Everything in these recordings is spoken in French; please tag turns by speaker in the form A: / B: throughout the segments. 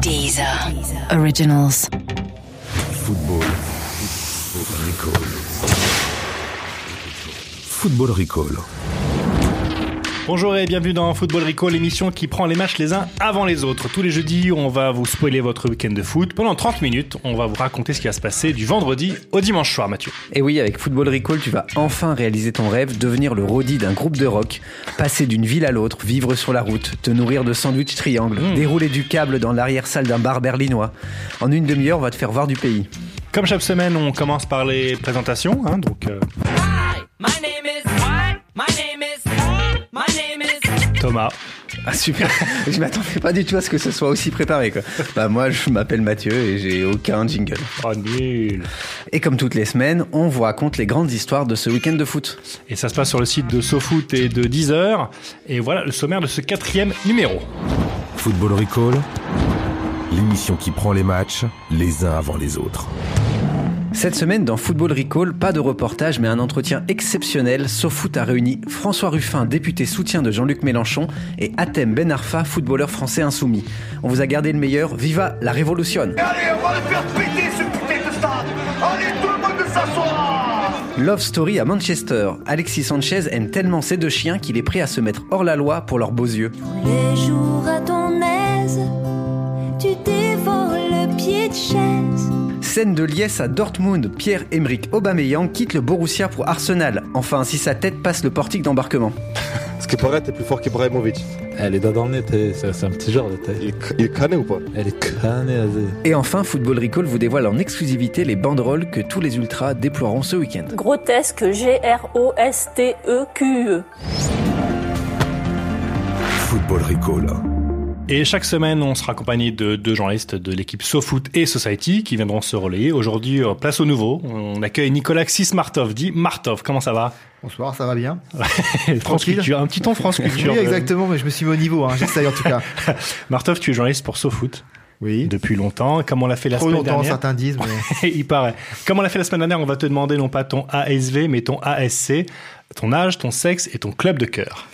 A: Deezer. Originals.
B: Football. Recall. Football Recall.
C: Bonjour et bienvenue dans Football Rico, l'émission qui prend les matchs les uns avant les autres. Tous les jeudis, on va vous spoiler votre week-end de foot. Pendant 30 minutes, on va vous raconter ce qui va se passer du vendredi au dimanche soir, Mathieu.
D: Et oui, avec Football Recall, tu vas enfin réaliser ton rêve, devenir le roadie d'un groupe de rock, passer d'une ville à l'autre, vivre sur la route, te nourrir de sandwich triangle, dérouler du câble dans l'arrière-salle d'un bar berlinois. En une demi-heure, on va te faire voir du pays.
C: Comme chaque semaine, on commence par les présentations. hein, donc, euh,
E: Hi, my name is. What? My name is. My name is.
C: Thomas.
D: Ah super Je m'attendais pas du tout à ce que ce soit aussi préparé quoi. Bah moi, je m'appelle Mathieu et j'ai aucun jingle.
C: Oh, nul.
D: Et comme toutes les semaines, on vous raconte les grandes histoires de ce week-end de foot.
C: Et ça se passe sur le site de SoFoot et de Deezer. Et voilà le sommaire de ce quatrième numéro.
B: Football Recall. L'émission qui prend les matchs les uns avant les autres.
D: Cette semaine, dans Football Recall, pas de reportage, mais un entretien exceptionnel. SoFoot a réuni François Ruffin, député soutien de Jean-Luc Mélenchon, et Atem Ben Arfa, footballeur français insoumis. On vous a gardé le meilleur. Viva la révolution
F: Allez, on va le faire péter ce putain de stade Allez, tout le monde s'asseoir
D: Love Story à Manchester. Alexis Sanchez aime tellement ces deux chiens qu'il est prêt à se mettre hors la loi pour leurs beaux yeux.
G: Les jours à ton aise, tu dévores le pied de chaise.
D: Scène de liesse à Dortmund. Pierre-Emerick Aubameyang quitte le Borussia pour Arsenal. Enfin, si sa tête passe le portique d'embarquement.
H: Ce qui paraît, t'es plus fort qu'Ibrahimovic.
I: Elle est Eh, doigts dans le nez, t'es- c'est c'est un petit genre de tête.
H: Il, est- il est cané ou pas
I: Elle est crânée, vas-y.
D: Et enfin, Football Recall vous dévoile en exclusivité les banderoles que tous les ultras déploieront ce week-end.
J: Grotesque, G-R-O-S-T-E-Q-E.
B: Football Recall.
C: Et chaque semaine, on sera accompagné de deux journalistes de l'équipe SoFoot et Society qui viendront se relayer. Aujourd'hui, euh, place au nouveau. On accueille Nicolas Xismartov, dit Martov. Comment ça va
K: Bonsoir, ça va bien
C: France
K: Tranquille.
C: Culture, un petit ton France Culture.
K: Oui, exactement, mais je me suis mis au niveau, hein, j'essaye en tout cas.
C: Martov, tu es journaliste pour SoFoot
K: Oui,
C: depuis longtemps, comme on l'a fait la
K: trop
C: semaine
K: longtemps
C: dernière.
K: certains disent, mais
C: Il paraît. Comme on l'a fait la semaine dernière, on va te demander non pas ton ASV, mais ton ASC, ton âge, ton sexe et ton club de cœur.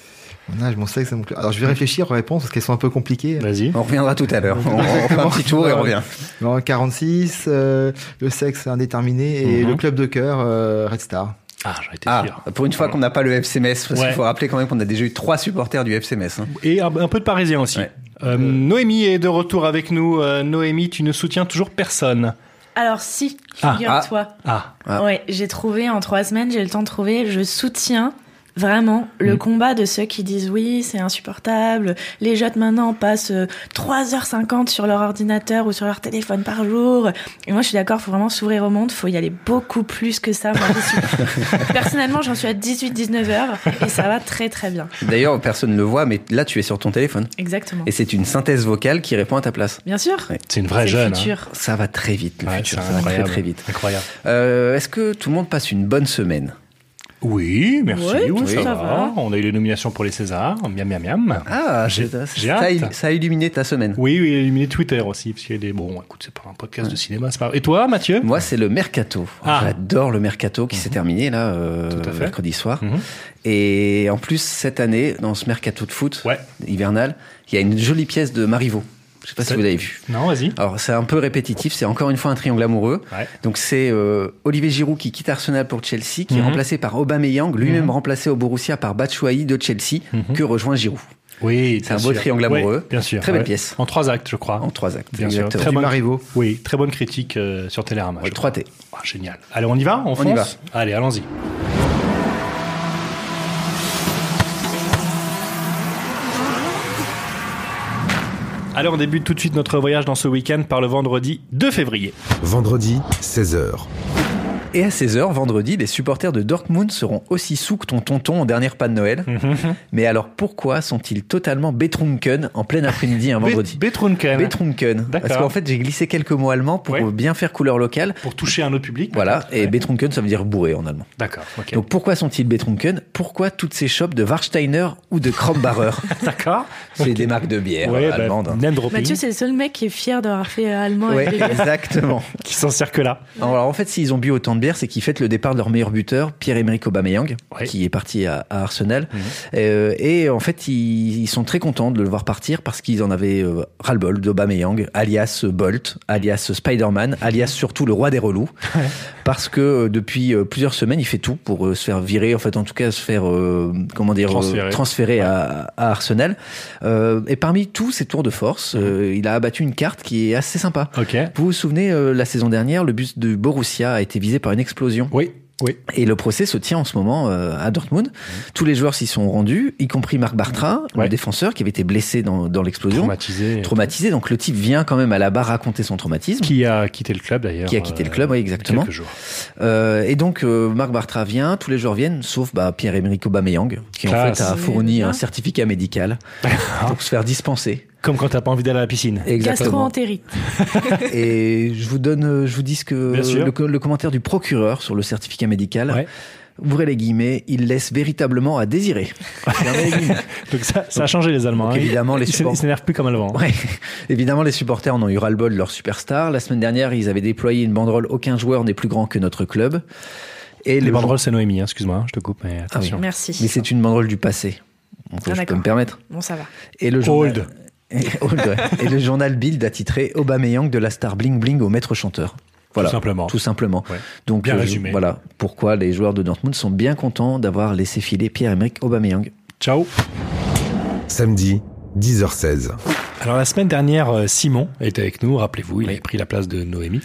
K: mon âge, mon sexe, mon cl- Alors je vais réfléchir aux réponses parce qu'elles sont un peu compliquées.
C: Vas-y.
D: On reviendra tout à l'heure. On, on fait un petit tour et on revient.
K: Non, 46, euh, le sexe indéterminé et
C: Mhm.
K: le club de cœur euh, Red Star.
C: Ah, j'aurais été
D: Ah,
C: sûr.
D: pour une fois qu'on n'a pas le FCMS, parce
C: Ouais.
D: qu'il faut rappeler quand même qu'on a déjà eu trois supporters du FCMS. hein.
C: Et un, un peu de parisien aussi.
D: Ouais.
C: Euh, Noémie est de retour avec nous. Euh, Noémie, tu ne soutiens toujours personne.
L: Alors si,
C: Ah,
L: figure-toi.
C: Ah,
D: ah.
L: Ouais, j'ai trouvé en trois semaines, j'ai le temps de trouver. Je soutiens vraiment
D: Mm.
L: le combat de ceux qui disent oui, c'est insupportable. Les jeunes maintenant passent euh, 3h50 sur leur ordinateur ou sur leur téléphone par jour. Et moi, je suis d'accord, faut vraiment s'ouvrir au monde, faut y aller beaucoup plus que ça. Moi, j'y suis- Personnellement, j'en suis à 18-19 heures et ça va très très bien.
D: D'ailleurs, personne ne le voit, mais là, tu es sur ton téléphone.
L: Exactement.
D: Et c'est une synthèse vocale qui répond à ta place.
L: Bien sûr,
D: Ouais.
C: c'est une
L: c'est
C: vraie
L: le
C: jeune. hein.
L: futur.
D: Ça va très vite, le
C: Ouais,
D: futur.
C: c'est
D: Ça va très
C: incroyable.
D: très vite.
C: Incroyable.
D: Euh, Est-ce que tout le monde passe une bonne semaine
C: Oui, merci.
L: Ouais,
C: oui,
L: oui,
C: ça,
L: ça
C: va.
L: va.
C: On a eu les nominations pour les Césars. Miam, miam, miam.
D: Ah,
C: J'ai-
D: c'est-
C: j'ai
D: ça, a-
C: hâte.
D: ça a illuminé ta semaine.
C: Oui, oui, il a éliminé Twitter aussi, parce qu'il y a des... Bon, écoute, c'est pas un podcast de cinéma, c'est pas... Et toi, Mathieu
D: Moi, c'est le mercato.
C: Ah. Mhm.
D: J'adore le mercato qui s'est terminé là euh,
C: Tout à fait.
D: mercredi soir.
C: Mhm.
D: Et en plus, cette année, dans ce mercato de foot
C: Ouais.
D: hivernal, il y a une jolie pièce de Marivaux. Je sais pas si
C: C'est-
D: vous l'avez vue.
C: Non, vas-y.
D: Alors c'est un peu répétitif, c'est encore une fois un triangle amoureux.
C: Ouais.
D: Donc c'est euh, Olivier Giroud qui quitte Arsenal pour Chelsea, qui
C: Mhm.
D: est remplacé par Aubameyang, lui-même remplacé au Borussia par Batshuayi de Chelsea,
C: Mhm.
D: que rejoint Giroud
C: Oui,
D: C'est un
C: bien
D: beau
C: sûr.
D: triangle amoureux.
C: Ouais, bien sûr.
D: Très belle
C: Ouais.
D: pièce.
C: En trois actes, je crois.
D: en trois actes.
C: Bien sûr.
D: exactement.
C: Très
K: Du
C: bonne-
K: Marivaux.
C: Oui, très bonne critique euh, sur Télérama.
D: Ouais,
C: je
D: 3T.
C: crois. Ah, génial. Allez, on y va On,
D: On y
C: fonce Allez, allons-y. Allez, on débute tout de suite notre voyage dans ce week-end par le vendredi 2 février.
B: Vendredi, 16h.
D: Et à 16h, vendredi, les supporters de Dortmund seront aussi sous que ton tonton en dernière panne de Noël. Mais alors pourquoi sont-ils totalement betrunken en plein après-midi un vendredi
C: Bet- Betrunken.
D: Betrunken.
C: D'accord.
D: Parce qu'en fait, j'ai glissé quelques mots allemands pour
C: Ouais.
D: bien faire couleur locale.
C: Pour toucher un autre public
D: Voilà,
C: peut-être.
D: et
C: Ouais.
D: betrunken, ça veut dire bourré en allemand.
C: D'accord, ok.
D: Donc pourquoi sont-ils betrunken Pourquoi toutes ces shops de Warsteiner ou de Krambarer
C: D'accord.
D: C'est des marques de bière
C: Ouais,
D: euh,
C: bah,
D: allemandes. hein.
C: name dropping,
L: Mathieu, c'est le seul mec qui est fier d'avoir fait euh, allemand
D: Ouais,
L: avec les
D: exactement.
C: qui s'en sert que là.
D: Alors en fait, s'ils ont bu autant de de bière, c'est qu'ils fêtent le départ de leur meilleur buteur, Pierre-Emerick Aubameyang, qui est parti à, à Arsenal. Euh, et en fait, ils, ils sont très contents de le voir partir parce qu'ils en avaient euh, ras-le-bol d'Aubameyang, alias Bolt, alias Spider-Man, alias surtout le roi des relous. parce que euh, depuis euh, plusieurs semaines, il fait tout pour euh, se faire virer, en fait, en tout cas, se faire, euh, comment dire, euh,
C: Transférer.
D: transféré à, à Arsenal. Euh, et parmi tous ses tours de force, euh, il a abattu une carte qui est assez sympa. Vous vous souvenez, euh, la saison dernière, le bus de Borussia a été visé par une explosion.
C: Oui. Oui.
D: Et le procès se tient en ce moment euh, à Dortmund.
C: Mmh.
D: Tous les joueurs s'y sont rendus, y compris Marc Bartra, le défenseur qui avait été blessé dans, dans l'explosion.
C: Traumatisé.
D: Traumatisé. Donc le type vient quand même à la barre raconter son traumatisme.
C: Qui a quitté le club d'ailleurs.
D: Qui a quitté le club, oui, exactement.
C: quelques jours.
D: Euh, et donc euh, Marc Bartra vient, tous les joueurs viennent, sauf bah, Pierre-Emerick Aubameyang, qui
C: Classe.
D: en fait a fourni un certificat médical pour se faire dispenser.
C: Comme quand t'as pas envie d'aller à la piscine.
D: Exactement.
K: Gastro-entérite.
D: Et je vous donne, euh, je vous dis ce que
C: Bien sûr.
D: le, co- le commentaire du procureur sur le certificat médical. Ouvrez les guillemets, il laisse véritablement à désirer. Fermez les guillemets.
C: Donc ça, ça a changé les Allemands.
D: Donc,
C: hein.
D: évidemment, les
C: Ils s'é-
D: supports-
C: ils s'énervent plus comme hein. avant.
D: Ouais. Évidemment, les supporters en ont eu ras-le-bol de leur superstar. La semaine dernière, ils avaient déployé une banderole Aucun joueur n'est plus grand que notre club. Et
C: Les
D: le-
C: banderoles, c'est Noémie, hein, excuse-moi, je te coupe, mais
D: Ah oui.
C: attention.
K: Merci.
D: Mais c'est une banderole du passé. Donc, je
K: Ah,
D: peux
K: d'accord.
D: me permettre.
K: Bon, ça va.
D: Et le journal... Et, Old, ouais. Et le journal Bild a titré Aubameyang de la star bling bling au maître chanteur. Voilà.
C: Tout simplement.
D: Tout simplement. Donc
C: Bien
D: euh,
C: résumé.
D: voilà pourquoi les joueurs de Dortmund sont bien contents d'avoir laissé filer Pierre-Emerick Aubameyang.
C: Ciao.
B: Samedi, 10h16.
C: Alors la semaine dernière, euh, Simon était avec nous, rappelez-vous, il avait pris la place de Noémie.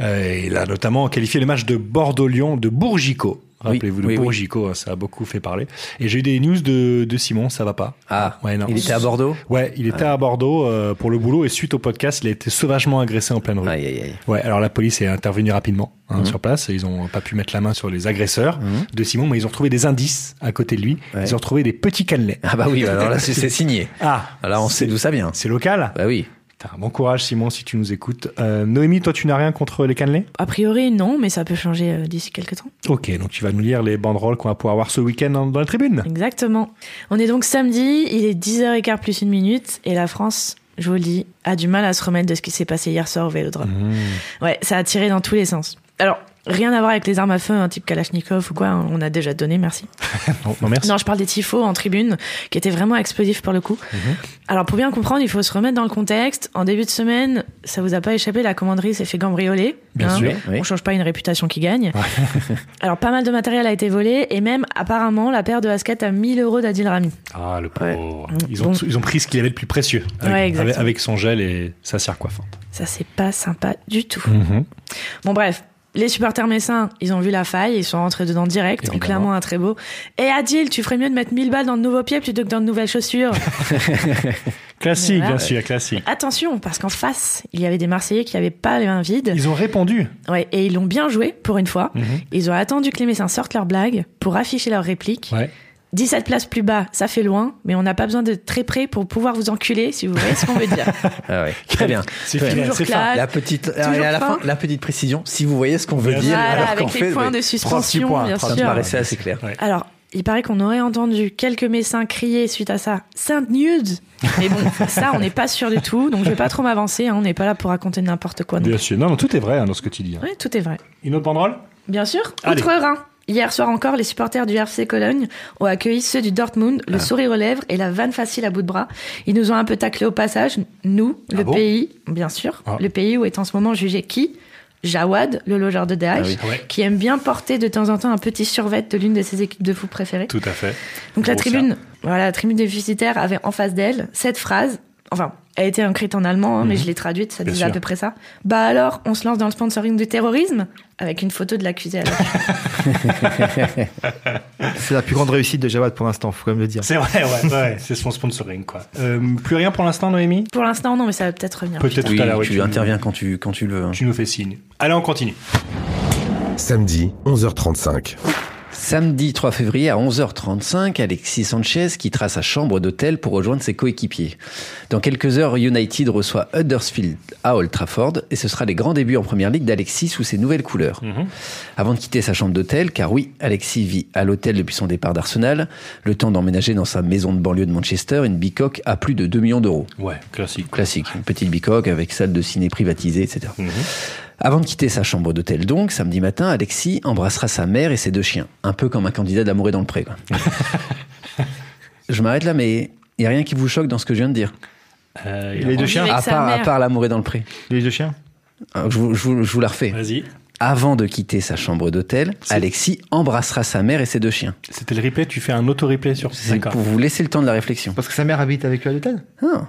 C: Euh, il a notamment qualifié le match de Bordeaux-Lyon de Bourgico. Rappelez-vous, de
D: oui, oui.
C: Bourgico, hein, ça a beaucoup fait parler. Et j'ai eu des news de, de Simon, ça va pas.
D: Ah,
C: Ouais, non.
D: il était à Bordeaux
C: Ouais, il était à Bordeaux euh, pour le boulot et suite au podcast, il a été sauvagement agressé en pleine rue.
D: Aïe, aïe, aïe.
C: Ouais, alors la police est intervenue rapidement hein,
D: Mhm.
C: sur place. Ils ont pas pu mettre la main sur les agresseurs de Simon, mais ils ont trouvé des indices à côté de lui. Ils ont trouvé des petits cannelets.
D: Ah bah oui, alors là, c'est c'est signé.
C: Ah,
D: Alors on sait d'où ça vient.
C: c'est local.
D: Bah oui.
C: Putain, bon courage Simon si tu nous écoutes. Euh, Noémie, toi tu n'as rien contre les cannelés
K: A priori, non, mais ça peut changer euh, d'ici quelques temps.
C: Ok, donc tu vas nous lire les banderoles qu'on va pouvoir voir ce week-end dans, dans la tribune.
K: Exactement. On est donc samedi, il est 10h15 plus une minute, et la France, je vous le dis, a du mal à se remettre de ce qui s'est passé hier soir au Vélodrome. Ouais, ça a tiré dans tous les sens. Alors, rien à voir avec les armes à feu, un type Kalachnikov ou quoi, on a déjà donné, merci.
C: Non, non, merci.
K: Non, je parle des tifos en tribune, qui étaient vraiment explosifs pour le coup.
C: Mhm.
K: Alors, pour bien comprendre, il faut se remettre dans le contexte. En début de semaine, ça vous a pas échappé, la commanderie s'est fait cambrioler. hein.
C: Bien sûr,
D: oui.
K: On change pas une réputation qui gagne. Alors, pas mal de matériel a été volé, et même, apparemment, la paire de baskets à 1000 euros d'Adil Rami.
C: Ah le pauvre. Ils, ont,
K: Mm, Bon.
C: ils ont pris ce qu'il y avait de plus précieux avec,
K: Ouais, exactement.
C: avec- avec son gel et sa serre coiffante. Mhm.
K: Ça, c'est pas sympa du tout. Bon, bref. Les supporters messins, ils ont vu la faille, ils sont rentrés dedans direct,
C: Évidemment.
K: donc clairement un très beau. Et Adil, tu ferais mieux de mettre 1000 balles dans de nouveaux pieds plutôt que dans de nouvelles chaussures.
C: Classique,
K: Voilà.
C: bien sûr, classique.
K: Attention, parce qu'en face, il y avait des Marseillais qui n'avaient pas les mains vides.
C: Ils ont répondu.
K: Ouais, et ils l'ont bien joué, pour une fois.
C: Mhm.
K: Ils ont attendu que les Messins sortent leur blague pour afficher leur réplique.
C: Ouais.
K: 17 places plus bas, ça fait loin, mais on n'a pas besoin d'être très près pour pouvoir vous enculer, si vous voyez ce qu'on veut dire.
D: Ah ouais. Très bien.
C: C'est
D: Très bien.
C: fini,
K: Toujours
C: c'est fin.
K: classe.
D: La petite, et à la fin,
K: fin.
D: la petite précision, si vous voyez ce qu'on veut
C: Bien
D: dire,
C: sûr.
K: Voilà,
D: alors
K: avec
D: qu'en
K: les
D: fait,
K: points
D: oui.
K: de suspension,
C: points,
K: bien
C: trois
D: ça
K: sûr.
D: me paraissait assez clair.
C: Ouais.
K: Alors, il paraît qu'on aurait entendu quelques messins crier suite à ça Sainte Nude Mais bon, ça, on n'est pas sûr du tout, donc je vais pas trop m'avancer, hein, on n'est pas là pour raconter n'importe quoi. non
C: Bien sûr. Non, non, tout est vrai hein, dans ce que tu dis. hein.
K: plus. Ouais, tout est vrai.
C: Une autre banderole
K: Bien sûr,
C: Allez.
K: Outre-Rhin. Hier soir encore, les supporters du RC Cologne ont accueilli ceux du Dortmund, le sourire aux lèvres et la vanne facile à bout de bras. Ils nous ont un peu taclé au passage, nous, le
C: Ah bon
K: pays, bien sûr,
C: Ah.
K: le pays où est en ce moment jugé qui Jawad, le logeur de Daesh,
C: Ah oui. Ouais.
K: qui aime bien porter de temps en temps un petit survêt de l'une de ses équipes de foot préférées.
C: Tout à fait.
K: Donc la
C: Gros
K: tribune, voilà, la tribune des visiteurs avait en face d'elle cette phrase. Enfin, elle était écrite en allemand, hein,
D: Mhm.
K: mais je l'ai traduite, ça
C: Bien
K: disait à
C: sûr.
K: peu près ça. Bah alors, on se lance dans le sponsoring du terrorisme avec une photo de l'accusé. à la-
M: C'est la plus grande réussite de Jawad pour l'instant, faut quand même le dire.
C: C'est vrai, ouais, ouais, c'est son sponsoring, quoi. Euh, plus rien pour l'instant, Noémie
K: Pour l'instant, non, mais ça va peut-être revenir.
C: Peut-être
D: Oui,
C: tout à l'heure, oui,
D: tu
C: nous-
D: interviens quand tu, quand tu le veux. hein.
C: Tu nous fais signe. Allez, on continue.
B: Samedi, 11h35.
D: Samedi 3 février à 11h35, Alexis Sanchez quittera sa chambre d'hôtel pour rejoindre ses coéquipiers. Dans quelques heures, United reçoit Huddersfield à Old Trafford et ce sera les grands débuts en première ligue d'Alexis sous ses nouvelles couleurs. Avant de quitter sa chambre d'hôtel, car oui, Alexis vit à l'hôtel depuis son départ d'Arsenal, le temps d'emménager dans sa maison de banlieue de Manchester une bicoque à plus de 2 millions d'euros
C: Ouais, classique.
K: Mhm.
D: classique, une petite bicoque avec salle de ciné privatisée, etc. Avant de quitter sa chambre d'hôtel donc, samedi matin, Alexis embrassera sa mère et ses deux chiens. Un peu comme un candidat d'amour et dans le pré. quoi. je m'arrête là, mais il n'y a rien qui vous choque dans ce que je viens de dire.
C: Euh, il Les a deux chiens
D: à
C: Avec sa
D: part, à
C: mère.
D: part l'amour et dans le pré.
C: Les deux chiens
D: Je vous, je vous- je vous la refais.
C: Vas-y.
D: Avant de quitter sa chambre d'hôtel, Alexis embrassera sa mère et ses deux chiens.
C: C'était le replay, tu fais un auto-replay sur
D: C'est pour vous laisser le temps de la réflexion. Ah. Parce que sa mère habite avec lui à l'hôtel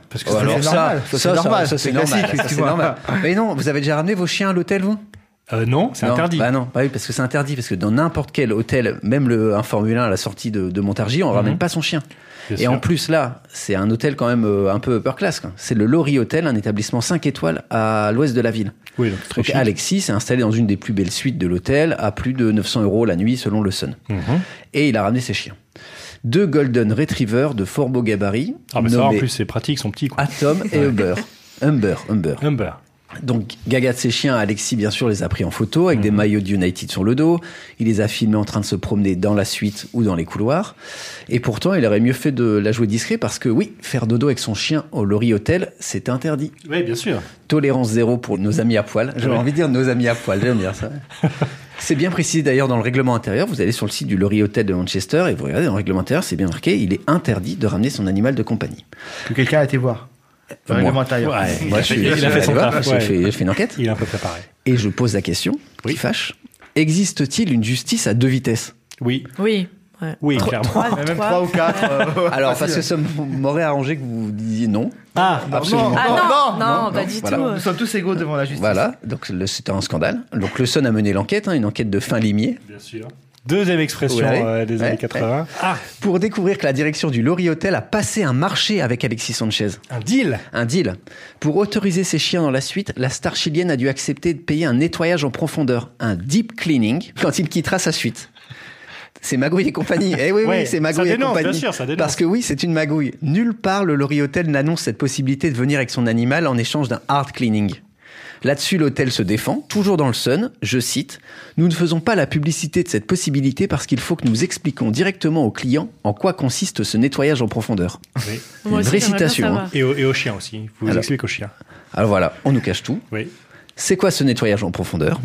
D: Parce
K: que ça, c'est normal, ça, c'est normal,
D: ça, c'est
K: c'est
D: normal,
K: classique,
D: ça, c'est
K: tu vois.
D: normal. Mais non, vous avez déjà ramené vos chiens à l'hôtel, vous
C: Euh, Non, c'est interdit.
D: Bah non, bah oui, parce que c'est interdit, parce que dans n'importe quel hôtel, même le, un Formule 1 à la sortie de, de Montargis, on ramène pas son chien.
C: Mhm. Bien
D: Et
C: sûr.
D: en plus, là, c'est un hôtel quand même euh, un peu upper class. quoi. C'est le Lori Hotel, un établissement 5 étoiles à l'ouest de la ville.
C: Oui, donc très
D: Donc
C: chic.
D: Alexis s'est installé dans une des plus belles suites de l'hôtel à plus de 900 euros la nuit selon le Sun.
C: Mhm.
D: Et il a ramené ses chiens. Deux Golden Retrievers de fort beau gabarit.
C: Ah, mais ça, en
D: nommés
C: plus, c'est pratique, ils sont petits. Quoi.
D: Atom et Humber. Humber, Humber.
C: Humber.
D: Donc, Gaga de ses chiens, Alexis, bien sûr, les a pris en photo avec des maillots de United sur le dos. Il les a filmés en train de se promener dans la suite ou dans les couloirs. Et pourtant, il aurait mieux fait de la jouer discret parce que oui, faire dodo avec son chien au Lori Hotel, c'est interdit.
C: Oui, bien sûr.
D: Tolérance zéro pour nos amis à poil. J'avais
C: Ouais.
D: envie de dire nos amis à poil, j'aime bien ça. C'est bien précisé d'ailleurs dans le règlement intérieur. Vous allez sur le site du Lori Hotel de Manchester et vous regardez dans le règlement intérieur, c'est bien marqué, il est interdit de ramener son animal de compagnie.
K: Que quelqu'un a été voir. Le
D: Moi.
K: règlement intérieur.
D: Ouais, moi, je suis- je suis allé voir, j'ai fait- j'ai fait une enquête.
C: Il est un peu préparé.
D: Et je pose la question, qui fâche, existe-t-il une justice à deux vitesses
C: Oui.
L: Oui. ouais.
C: Oui,
D: Trois-
C: clairement.
D: trois-
K: Même 3 ou 4.
D: Alors, parce que ça m'aurait arrangé que vous disiez non.
C: Ah,
D: absolument.
L: Ah non, non,
D: non,
L: pas
D: non,
L: du
D: voilà.
L: tout.
K: Nous sommes tous égaux devant la justice.
D: Voilà, donc le- c'était un scandale. Donc le SON a mené l'enquête, hein, une enquête de fin limier.
C: Bien sûr. Deuxième expression
D: Ouais.
C: euh, des
D: Ouais,
C: années
D: ouais.
C: 80. Ah,
D: Pour découvrir que la direction du Lori Hotel a passé un marché avec Alexis Sanchez.
C: un deal
D: Un deal. Pour autoriser ses chiens dans la suite, la star chilienne a dû accepter de payer un nettoyage en profondeur, un deep cleaning, quand il quittera sa suite. C'est magouille et compagnie. Eh oui,
C: Ouais,
D: oui, c'est
C: ça
D: magouille
C: dénonce,
D: et compagnie.
C: bien sûr, ça dénonce.
D: Parce que oui, c'est une magouille. Nulle part le Lori Hotel n'annonce cette possibilité de venir avec son animal en échange d'un hard cleaning. Là-dessus, l'hôtel se défend, toujours dans le Sun, je cite, Nous ne faisons pas la publicité de cette possibilité parce qu'il faut que nous expliquions directement aux clients en quoi consiste ce nettoyage en profondeur.
C: Oui.
L: Moi
D: Une
L: aussi,
D: vraie
L: j'aimerais bien
D: citation,
L: savoir.
D: hein.
C: Et au, et au chien aussi. Faut vous
D: Alors.
C: expliquez au chien.
D: Alors voilà, on nous cache tout.
C: Oui.
D: C'est quoi ce nettoyage en profondeur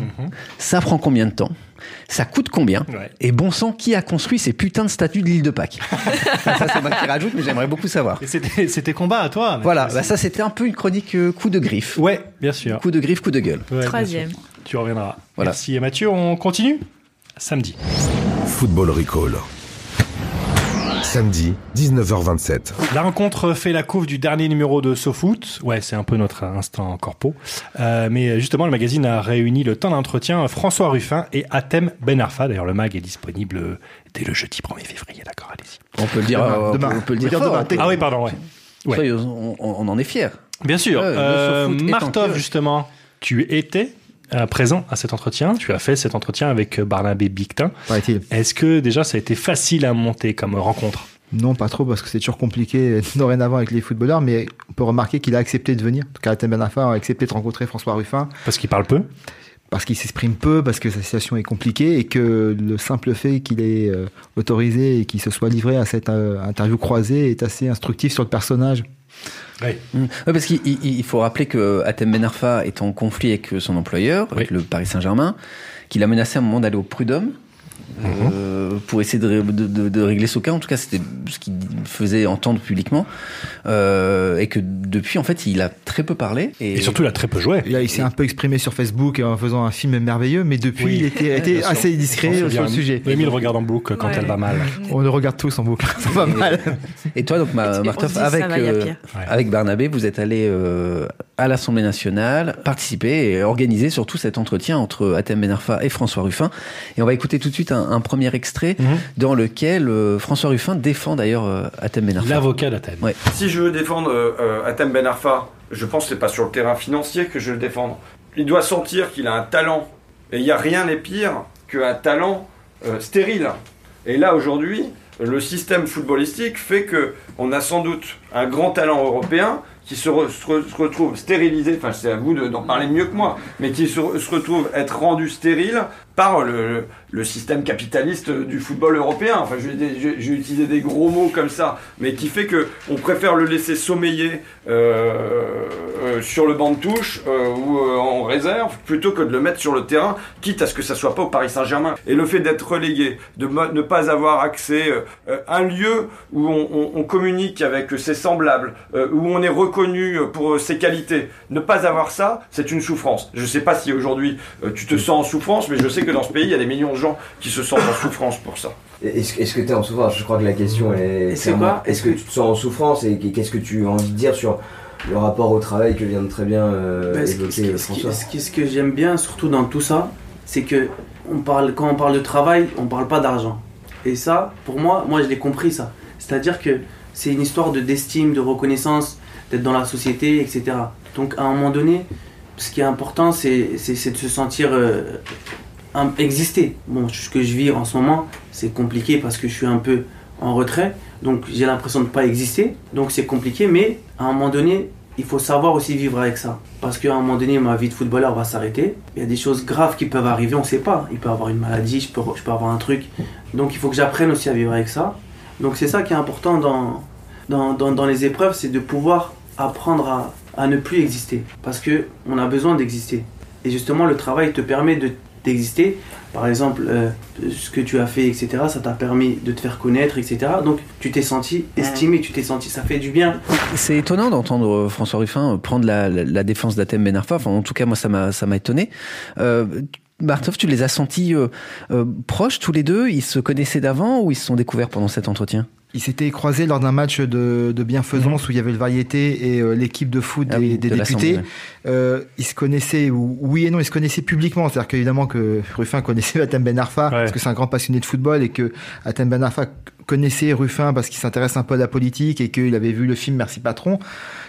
D: Ça prend combien de temps Ça coûte combien
C: Ouais.
D: Et bon sang, qui a construit ces putains de statues de l'île de Pâques Ça, ça, c'est moi qui rajoute, mais j'aimerais beaucoup savoir.
C: Et c'était c'était combat à toi. mais-
D: Voilà, bah ça c'était un peu une chronique euh, coup de griffe.
C: Ouais, bien sûr.
D: Coup de griffe, coup de gueule.
C: Ouais, bien
L: Troisième.
C: sûr. Tu reviendras.
D: Voilà.
C: Merci. Et Mathieu, on continue Samedi.
B: Football Recall. Samedi, 19h27.
C: La rencontre fait la couve du dernier numéro de SoFoot. Ouais, c'est un peu notre instant corpo. Euh, mais justement, le magazine a réuni le temps d'entretien François Ruffin et Atem Ben Arfa. D'ailleurs, le mag est disponible dès le jeudi 1er février. D'accord, allez-y.
D: On peut le dire,
K: Demain,
D: euh,
K: demain.
D: on peut le
K: On peut
D: dire
K: dire
D: fort, hein.
K: demain,
D: on peut-
C: Ah oui, pardon, ouais. ouais.
D: Soyez- on, on- on en est fiers.
C: Bien sûr.
D: Ouais, le
C: Euh,
D: SoFoot est en
C: Martov,
D: queue.
C: justement, tu étais euh, présent à cet entretien. Tu as fait cet entretien avec euh, Barnabé Bictin.
K: Paraît-il.
C: Est-ce que déjà ça a été facile à monter comme rencontre
K: Non, pas trop, parce que c'est toujours compliqué euh, dorénavant avec les footballeurs, mais on peut remarquer qu'il a accepté de venir. En tout cas, Atem Ben Arfa a accepté de rencontrer François Ruffin,
C: Parce qu'il parle peu.
K: parce qu'il s'exprime peu, parce que sa situation est compliquée, et que le simple fait qu'il est euh, autorisé et qu'il se soit livré à cette euh, interview croisée est assez instructif sur le personnage.
C: Oui.
D: Mm. Ouais, parce qu'il il- il faut rappeler que Atem Ben Arfa est en conflit avec euh, son employeur, avec le Paris Saint-Germain, qu'il a menacé à un moment d'aller au Prud'homme. euh, pour essayer de, ré- de- de- de régler ce cas, en tout cas c'était ce qu'il faisait entendre publiquement, Euh, et que depuis en fait il a très peu parlé. Et,
C: Et surtout, il a très peu joué.
K: Et là, il s'est un peu exprimé sur Facebook en faisant un film merveilleux, mais depuis,
C: Oui.
K: il était, a été
D: Bien sûr.
K: assez
C: On se
K: discret sur
C: souvient,
K: le sujet.
C: Émile regarde en boucle quand
L: Ouais.
C: elle va mal.
K: On le regarde tous en boucle, ça va mal.
D: Et toi donc
L: Et- et
D: Ma-
L: on se
D: Martov
L: dit, ça
D: avec
L: va, y a
D: euh,
L: pire.
C: Ouais.
D: avec Barnabé, vous êtes allé euh, à l'Assemblée nationale participer et organiser surtout cet entretien entre Atem Ben Arfa et François Ruffin. Et on va écouter tout de suite un, un premier extrait dans lequel euh, François Ruffin défend d'ailleurs euh, Atem Ben Arfa.
C: L'avocat d'Athènes.
D: Ouais.
J: Si je veux défendre euh, euh, Atem Ben Arfa, je pense que c'est pas sur le terrain financier que je veux le défendre. Il doit sentir qu'il a un talent. Et il n'y a rien n'est pire qu'un talent euh, stérile. Et là, aujourd'hui, le système footballistique fait que on a sans doute un grand talent européen qui se, re- se re- se retrouve stérilisé, enfin c'est à vous de- d'en parler mieux que moi, mais qui se, re- se retrouve être rendu stérile par le, le système capitaliste du football européen. Enfin, je vais des- je- j'ai utilisé des gros mots comme ça, mais qui fait que on préfère le laisser sommeiller euh, euh, sur le banc de touche euh, ou euh, en réserve plutôt que de le mettre sur le terrain, quitte à ce que ça soit pas au Paris Saint-Germain. Et le fait d'être relégué, de mo- ne pas avoir accès euh, euh, à un lieu où on, on- on communique avec ses semblables, euh, où on est reconnu euh, pour euh, ses qualités, ne pas avoir ça, c'est une souffrance. Je sais pas si aujourd'hui euh, tu te sens en souffrance, mais je sais que dans ce pays, il y a des millions de gens qui se sentent en souffrance pour ça.
N: Est-ce est-ce que tu es en souffrance Je crois que la question est.
J: Est-ce que
N: clairement,
J: quoi
N: Est-ce que tu te sens en souffrance et qu'est-ce que tu as envie de dire sur le rapport au travail que vient de très bien euh,
O: Bah, ce, qui- ce
N: évoquer
O: qui- ce qui-
N: François
O: ce qui- ce que j'aime bien, surtout dans tout ça, c'est que on parle, quand on parle de travail, on parle pas d'argent. Et ça, pour moi, moi je l'ai compris ça. C'est-à-dire que c'est une histoire de d'estime, de reconnaissance, d'être dans la société, etc. Donc à un moment donné, ce qui est important, c'est c'est- c'est de se sentir euh, un- exister. Bon, ce que je vis en ce moment, c'est compliqué parce que je suis un peu en retrait, donc j'ai l'impression de ne pas exister, donc c'est compliqué, mais à un moment donné, il faut savoir aussi vivre avec ça. Parce qu'à un moment donné, ma vie de footballeur va s'arrêter. Il y a des choses graves qui peuvent arriver, on ne sait pas. Il peut y avoir une maladie, je peux, je peux avoir un truc. Donc il faut que j'apprenne aussi à vivre avec ça. Donc c'est ça qui est important dans, dans, dans- dans les épreuves, c'est de pouvoir apprendre à, à ne plus exister. Parce que on a besoin d'exister. Et justement, le travail te permet de- d'exister. Par exemple, euh, ce que tu as fait, etc., ça t'a permis de te faire connaître, etc. Donc tu t'es senti estimé, tu t'es senti, ça fait du bien.
D: C'est étonnant d'entendre euh, François Ruffin euh, prendre la, la- la défense d'Athème Ben Arfa. Enfin, en tout cas, moi, ça m'a ça m'a étonné. Euh, Bartov, tu les as sentis euh, euh, proches tous les deux Ils se connaissaient d'avant ou ils se sont découverts pendant cet entretien
K: Ils s'étaient croisés lors d'un match de, de bienfaisance où il y avait le variété et euh, l'équipe de foot
D: Mhm. Ah
K: des, des
D: de l'Assemblée,
K: députés.
D: ouais.
K: Euh, ils se connaissaient, ou- oui et non, ils se connaissaient publiquement. C'est-à-dire qu'évidemment que Ruffin connaissait Atem Ben Arfa parce que c'est un grand passionné de football et que Atem Ben Arfa connaissait Ruffin parce qu'il s'intéresse un peu à la politique et qu'il avait vu le film Merci Patron.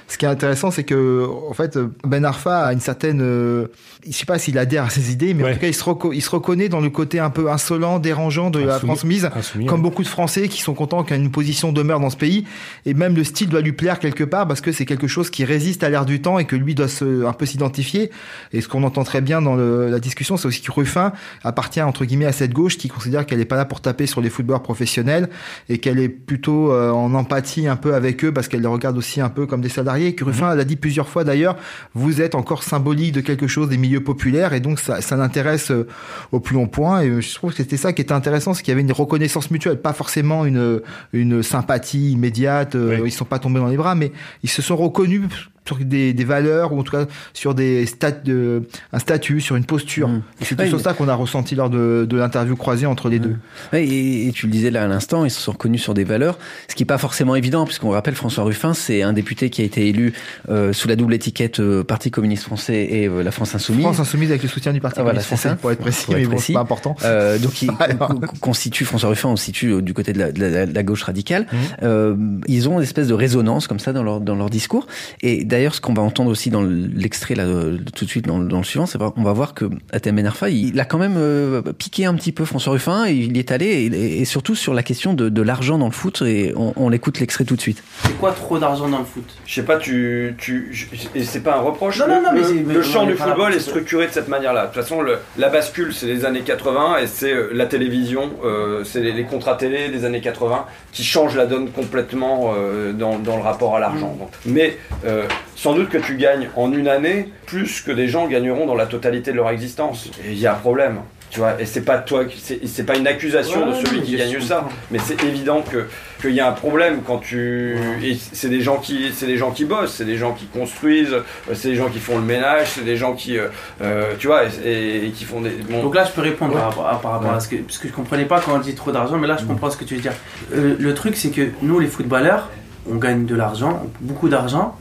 K: Ce qui est intéressant, c'est que en fait Ben Arfa a une certaine, euh, je sais pas s'il adhère à ses idées, mais en tout cas il se, reco- il se reconnaît dans le côté un peu insolent, dérangeant de la
C: Insoumis-
K: France mise,
C: insoumis,
K: comme
C: ouais.
K: beaucoup de Français qui sont contents qu'une position demeure dans ce pays. Et même le style doit lui plaire quelque part parce que c'est quelque chose qui résiste à l'air du temps et que lui doit se, un peu s'identifier. Et ce qu'on entend très bien dans le- la discussion, c'est aussi que Ruffin appartient entre guillemets à cette gauche qui considère qu'elle n'est pas là pour taper sur les footballeurs professionnels et qu'elle est plutôt euh, en empathie un peu avec eux parce qu'elle les regarde aussi un peu comme des salariés. Et que Ruffin l'a dit plusieurs fois d'ailleurs, vous êtes encore symbolique de quelque chose des milieux populaires et donc ça, ça l'intéresse euh, au plus long point. Et euh, je trouve que c'était ça qui était intéressant, c'est qu'il y avait une reconnaissance mutuelle, pas forcément une, une sympathie immédiate. euh, Ils sont pas tombés dans les bras, mais ils se sont reconnus sur des, des valeurs ou en tout cas sur des stat, de- un statut, sur une posture. Et C'est tout
D: Mmh. Oui,
K: sur
D: mais- Mmh.
K: ça qu'on a ressenti lors de, de l'interview croisée entre les deux.
D: Ouais, et, et tu le disais là à l'instant, ils se sont reconnus sur des valeurs, ce qui n'est pas forcément évident, puisqu'on rappelle François Ruffin, c'est un député qui a été élu euh, sous la double étiquette euh, Parti communiste français et euh, la France insoumise.
K: France insoumise avec le soutien du Parti
D: Ah, voilà,
K: communiste
D: c'est
K: français,
D: ça.
K: pour être précis, mais bon, c'est pas important.
D: Euh, donc, il co- co- constitue François Ruffin, on se situe euh, du côté de la, de la- de la gauche radicale. Euh, ils ont une espèce de résonance comme ça dans leur, dans leur discours. Et d'ailleurs, ce qu'on va entendre aussi dans l'extrait là euh, tout de suite dans, le- dans le suivant, c'est qu'on va voir que Atem Ben Arfa, il, il a quand même euh, piqué un petit peu François Ruffin. et Il y est allé et, et surtout sur la question de, de l'argent dans le foot. Et on, on l'écoute l'extrait tout de suite.
O: C'est quoi trop d'argent dans le foot
J: Je sais pas, tu. tu je- et c'est pas un reproche.
O: Non,
J: le,
O: non, non, mais
J: le-
O: c'est- mais
J: le
O: on
J: champ
O: est
J: du
O: pas là
J: football
O: pour
J: est
O: ça.
J: structuré de cette manière-là. De toute façon, le- la bascule, c'est les années 80 et c'est euh, la télévision, euh, c'est les, les contrats télé des années 80 qui changent la donne complètement euh, dans, dans le rapport à l'argent.
O: Mm.
J: Donc, Mais euh, sans doute que tu gagnes en une année plus que des gens gagneront dans la totalité de leur existence. Et il y a un problème. Tu vois, et c'est pas toi, qui- c'est c'est pas une accusation
O: Ouais,
J: de
O: ouais,
J: celui
O: non,
J: qui
O: mais
J: gagne
O: je
J: ça,
O: comprends.
J: mais c'est évident que qu'il y a un problème quand tu. et C'est des gens qui, c'est des gens qui bossent, c'est des gens qui construisent, euh, c'est des gens qui font le ménage, c'est des gens qui, euh, euh, tu vois, et, et qui font des. bon.
O: Donc là, je peux répondre
J: Ouais. Mm.
O: par rapport, à, par rapport
J: Ouais.
O: à ce que. Parce que je comprenais pas quand on dit trop d'argent, mais là, je comprends ce que tu veux dire. Euh, le truc, c'est que nous, les footballeurs, on gagne de l'argent, beaucoup d'argent,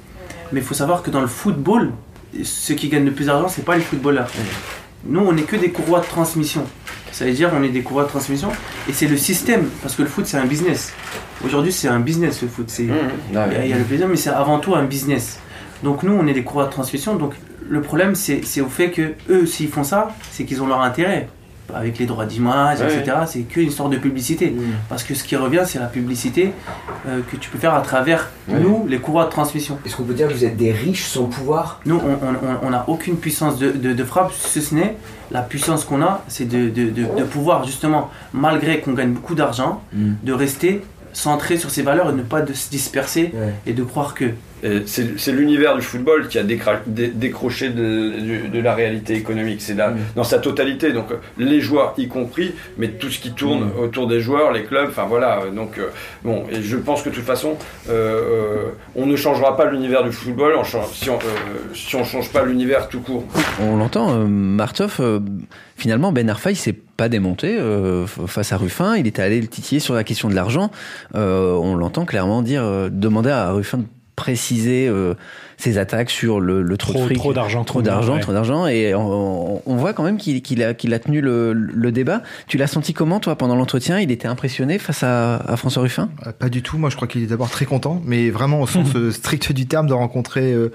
O: mais il faut savoir que dans le football, ceux qui gagnent le plus d'argent, c'est pas les footballeurs. Nous, on n'est que des courroies de transmission. Ça veut dire, on est des courroies de transmission, et c'est le système, parce que le foot, c'est un business. Aujourd'hui, c'est un business le foot. C'est il y a- il y a le plaisir, mais c'est avant tout un business. Donc nous, on est des coureurs de transmission. Donc le problème, c'est c'est au fait que eux, s'ils font ça, c'est qu'ils ont leur intérêt. avec les droits d'image,
J: Ouais,
O: etc. C'est qu'une histoire de publicité. Parce que ce qui revient, c'est la publicité euh, que tu peux faire à travers
N: Ouais.
O: nous, les courroies de transmission.
N: Est-ce qu'on peut dire que vous êtes des riches sans pouvoir
O: Nous, on- on n'a aucune puissance de, de- de frappe, si ce n'est la puissance qu'on a, c'est de, de- de- de pouvoir justement, malgré qu'on gagne beaucoup d'argent,
D: Mm.
O: de rester centré sur ses valeurs et ne pas de se disperser et de croire que
J: Et Euh, C'est c'est l'univers du football qui a décra- dé- décroché de, du- de la réalité économique. C'est là dans sa totalité. Donc euh, les joueurs y compris, mais tout ce qui tourne autour des joueurs, les clubs. Enfin voilà. euh, Donc euh, bon, et je pense que de toute façon, euh, euh, on ne changera pas l'univers du football en chan- si on euh, si on change pas l'univers tout court.
D: On l'entend, euh, Martov, euh, finalement, Ben Arfa, il s'est pas démonté euh, f- face à Ruffin. Il était allé le titiller sur la question de l'argent. Euh, on l'entend clairement dire, euh, demander à Ruffin de préciser euh, ses attaques sur le, le trop, de
C: Trop-
D: fric.
C: trop d'argent,
D: Trop
C: trop de-
D: d'argent,
C: ouais.
D: trop d'argent. Et on, on- on voit quand même qu'il qu'il a, qu'il a tenu le, le débat. Tu l'as senti comment, toi, pendant l'entretien Il était impressionné face à, à François Ruffin
K: Euh, Pas du tout. Moi, je crois qu'il est d'abord très content, mais vraiment au sens euh, strict du terme de rencontrer euh,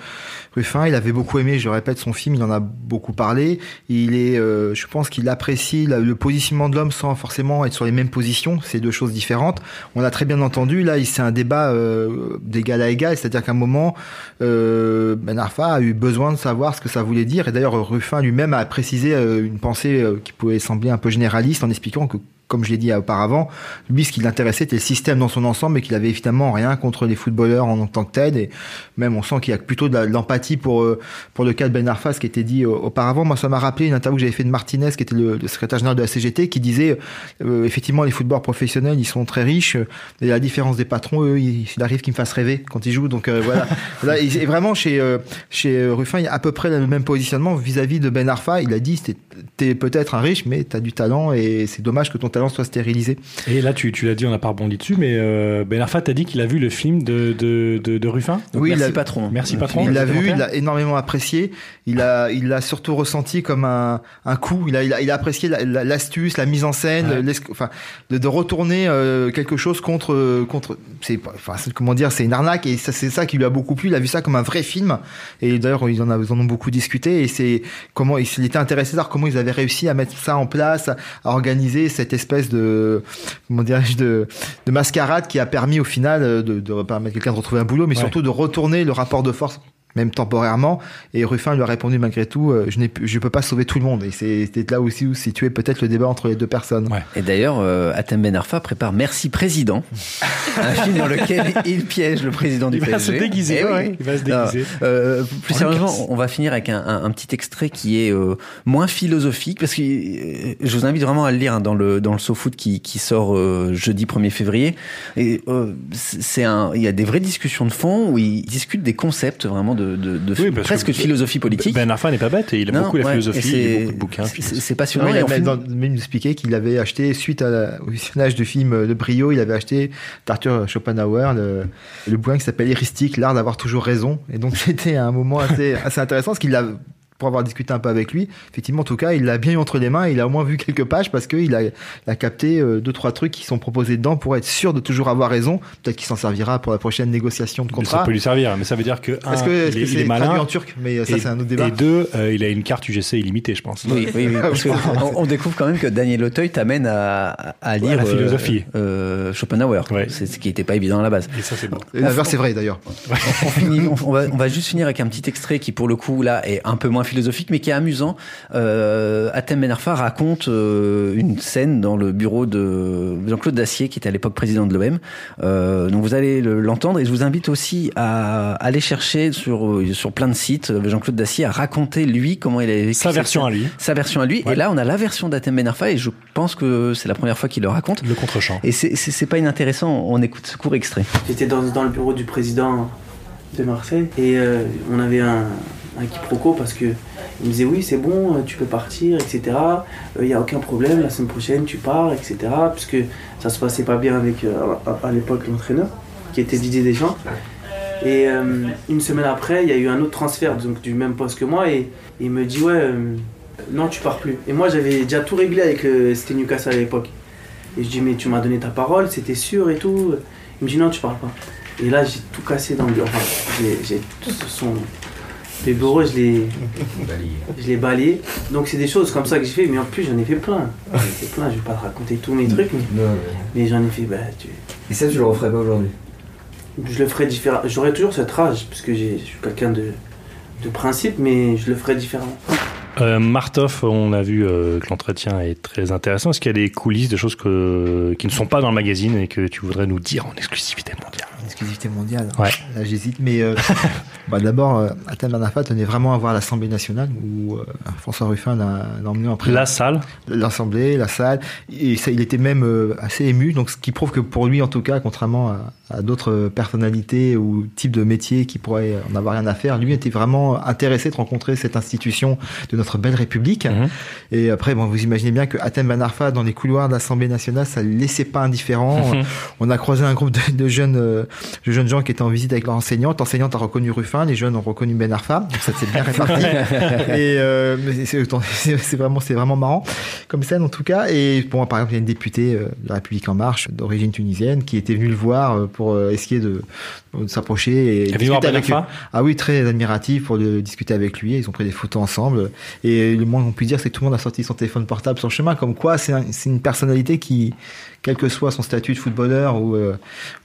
K: Ruffin. Il avait beaucoup aimé, je répète, son film. Il en a beaucoup parlé. Il est, euh, je pense qu'il apprécie la- le positionnement de l'homme sans forcément être sur les mêmes positions. C'est deux choses différentes. On l'a très bien entendu. Là, il- c'est un débat euh, d'égal à égal. C'est-à-dire qu'à un moment, euh, Ben Arfa a eu besoin de savoir ce que ça voulait dire. Et d'ailleurs, Ruffin lui-même a précisé euh, une pensée euh, qui pouvait sembler un peu généraliste en expliquant que comme je l'ai dit auparavant, lui, ce qui l'intéressait, c'était le système dans son ensemble et qu'il avait évidemment rien contre les footballeurs en tant que tel. Et même, on sent qu'il y a plutôt de la- de l'empathie pour, euh, pour le cas de Ben Arfa, ce qui était dit euh, auparavant. Moi, ça m'a rappelé une interview que j'avais fait de Martinez, qui était le, le secrétaire général de la CGT, qui disait, euh, effectivement, les footballeurs professionnels, ils sont très riches. euh, Et à la différence des patrons, eux, il, il arrive qu'ils me fassent rêver quand ils jouent. Donc, euh, voilà. Là, et, et vraiment, chez, euh, chez euh, Ruffin, il y a à peu près le même positionnement vis-à-vis de Ben Arfa. Il a dit, t'es- t'es peut-être un riche, mais t'as du talent et c'est dommage que ton talent soit stérilisé.
C: Et là, tu, tu l'as dit, on n'a pas rebondi dessus, mais euh, Ben Arfa t'a dit qu'il a vu le film de, de, de, de Ruffin.
K: il a-
C: Merci patron.
K: Il l'a vu,
C: Commentaire
K: il l'a énormément apprécié. Il a, il l'a surtout ressenti comme un, un coup. Il a, il a, il a apprécié la- la- l'astuce, la, mise en scène, l'esc- enfin, de, de retourner euh, quelque chose contre, euh, contre. C'est, pas- enfin, c'est- comment dire, c'est une arnaque et ça, c'est ça qui lui a beaucoup plu. Il a vu ça comme un vrai film. Et d'ailleurs, ils en, a- ils en ont beaucoup discuté. Et c'est comment il, s- il était intéressé de voir comment ils avaient réussi à mettre ça en place, à organiser cette espèce de, comment dirais-je, de, de mascarade qui a permis au final euh, de, de permettre à quelqu'un de retrouver un boulot, mais
C: Ouais.
K: surtout de retourner le rapport de force même temporairement et Ruffin lui a répondu malgré tout euh, je n'ai pu- je peux pas sauver tout le monde et c'est- c'était là aussi où se situait peut-être le débat entre les deux personnes
D: Et d'ailleurs, euh, Atem Ben Arfa prépare Merci Président, un film dans lequel il piège le président du
C: Il va
D: PSG.
C: se déguiser,
D: Eh oui.
C: ouais, il va se déguiser.
D: euh, plus
C: On
D: sérieusement,
C: le casse.
D: on va finir avec un, un- un petit extrait qui est euh, moins philosophique, parce que euh, je vous invite vraiment à le lire hein, dans le dans le SoFoot qui, qui sort euh, jeudi 1er février. Et euh, c'est c'est un, il y a des vraies discussions de fond où ils discutent des concepts vraiment de, de, de
C: Oui, parce
D: presque
C: que
D: de philosophie politique.
C: Ben Arfa n'est pas bête et il aime
D: Non,
C: beaucoup la
D: ouais,
C: philosophie, il
D: et c'est-
C: a beaucoup de bouquins.
D: c'est-
C: philosophiques.
D: C'est passionnant.
K: Non, il
D: et
K: a
D: on
K: même,
D: finit-
K: dans- même expliqué qu'il avait acheté, suite à la- au visionnage du film euh, de Brio, il avait acheté d'Arthur Schopenhauer le, le bouquin qui s'appelle Heuristique, l'art d'avoir toujours raison. Et donc c'était un moment assez, assez intéressant, parce qu'il l'a pour avoir discuté un peu avec lui, effectivement, en tout cas, il l'a bien eu entre les mains, il a au moins vu quelques pages parce qu'il a, il a capté euh, deux, trois trucs qui sont proposés dedans pour être sûr de toujours avoir raison. Peut-être qu'il s'en servira pour la prochaine négociation de
C: Ça
K: contrat.
C: peut lui servir, mais ça veut dire que un,
K: Est-ce que- est-ce
C: il, est,
K: que
C: il
K: c'est
C: est malin.
K: traduit en turc Mais ça,
C: Et-
K: c'est un autre débat.
C: Et deux, euh, il a une carte UGC illimitée, je pense.
D: Oui, oui, oui, parce que on, on découvre quand même que Daniel Auteuil t'amène à, à- à lire
C: la
D: euh,
C: philosophie.
D: euh, Schopenhauer. C'est ce qui n'était pas évident à la base.
C: Et ça, c'est bon.
K: Et L'inverse c'est vrai d'ailleurs.
D: On, finit- on- on va, on va juste finir avec un petit extrait qui, pour le coup, là, est un peu moins philosophique, mais qui est amusant. Euh, Atem Ben Arfa raconte euh, une scène dans le bureau de Jean-Claude Dacier, qui était à l'époque président de l'OM. Euh, donc vous allez le- l'entendre, et je vous invite aussi à aller chercher sur, euh, sur plein de sites euh, Jean-Claude Dacier à raconter, lui, comment il a vécu
C: Sa
D: cette
C: version
D: scène.
C: à lui.
D: Sa version à lui. Et là, on a la version d'Atem Ben Arfa, et je pense que c'est la première fois qu'il le raconte.
C: Le contre-champ.
D: Et c'est- c'est c'est pas inintéressant, on écoute ce court extrait.
O: J'étais dans, dans le bureau du président de Marseille et euh, on avait un, un quiproquo parce que il me disait oui c'est bon euh, tu peux partir etc il n'y a aucun problème la semaine prochaine tu pars etc puisque ça se passait pas bien avec euh, à, à l'époque l'entraîneur qui était Didier Deschamps et euh, une semaine après il y a eu un autre transfert donc du même poste que moi et il me dit ouais euh, non tu pars plus et moi j'avais déjà tout réglé avec euh, c'était Newcastle à l'époque et je dis, mais tu m'as donné ta parole, c'était sûr et tout. Il me dit, non, tu parles pas. Et là, j'ai tout cassé dans le bureau. Enfin, j'ai j'ai tout son. Les bureaux, je les, je les balayais. Donc c'est des choses comme ça que j'ai fait, mais en plus j'en ai fait plein. J'en ai fait plein, je vais pas te raconter tous mes trucs, mais, mais j'en ai fait. Bah, tu...
N: Et ça, tu le referais pas aujourd'hui
O: Je le ferais différemment. J'aurais toujours cette rage, parce que j'ai- je suis quelqu'un de, de principe, mais je le ferais différemment.
C: Euh, Martov, on a vu euh, que l'entretien est très intéressant. Est-ce qu'il y a des coulisses, des choses que, qui ne sont pas dans le magazine et que tu voudrais nous dire en exclusivité mondiale
K: Exclusivité mondiale.
C: Ouais.
K: Là, j'hésite, mais euh, bah, d'abord, euh, Athènes Arafat tenait vraiment à voir l'Assemblée nationale où euh, François Ruffin l'a l'a emmené en prison.
C: La salle
K: L'Assemblée, la salle. Et ça, il était même euh, assez ému, donc ce qui prouve que pour lui, en tout cas, contrairement à, à d'autres personnalités ou types de métiers qui pourraient en avoir rien à faire, lui était vraiment intéressé de rencontrer cette institution de notre belle République.
C: Mhm.
K: Et après, bon, vous imaginez bien que Athènes Ben Arfa, dans les couloirs de l'Assemblée nationale, ça ne laissait pas indifférent.
C: Mhm.
K: On a croisé un groupe de, de jeunes, euh, de jeunes gens qui étaient en visite avec leur enseignante. L'enseignante a reconnu Ruffin, les jeunes ont reconnu Ben Arfa. Donc ça s'est bien réparti. et euh, mais c'est- c'est c'est vraiment, c'est vraiment marrant comme scène en tout cas. Et bon, par exemple, il y a une députée euh, de la République en marche d'origine tunisienne qui était venue le voir euh, pour euh, essayer de, de s'approcher et
C: Elle est venue voir
K: discuter
C: Ben
K: avec
C: Arfa
K: eux. Ah oui, très admiratif pour le- discuter avec lui. Ils ont pris des photos ensemble. Et le moins qu'on puisse dire, c'est que tout le monde a sorti son téléphone portable sur le chemin. Comme quoi, c'est un- c'est une personnalité qui, quel que soit son statut de footballeur ou euh,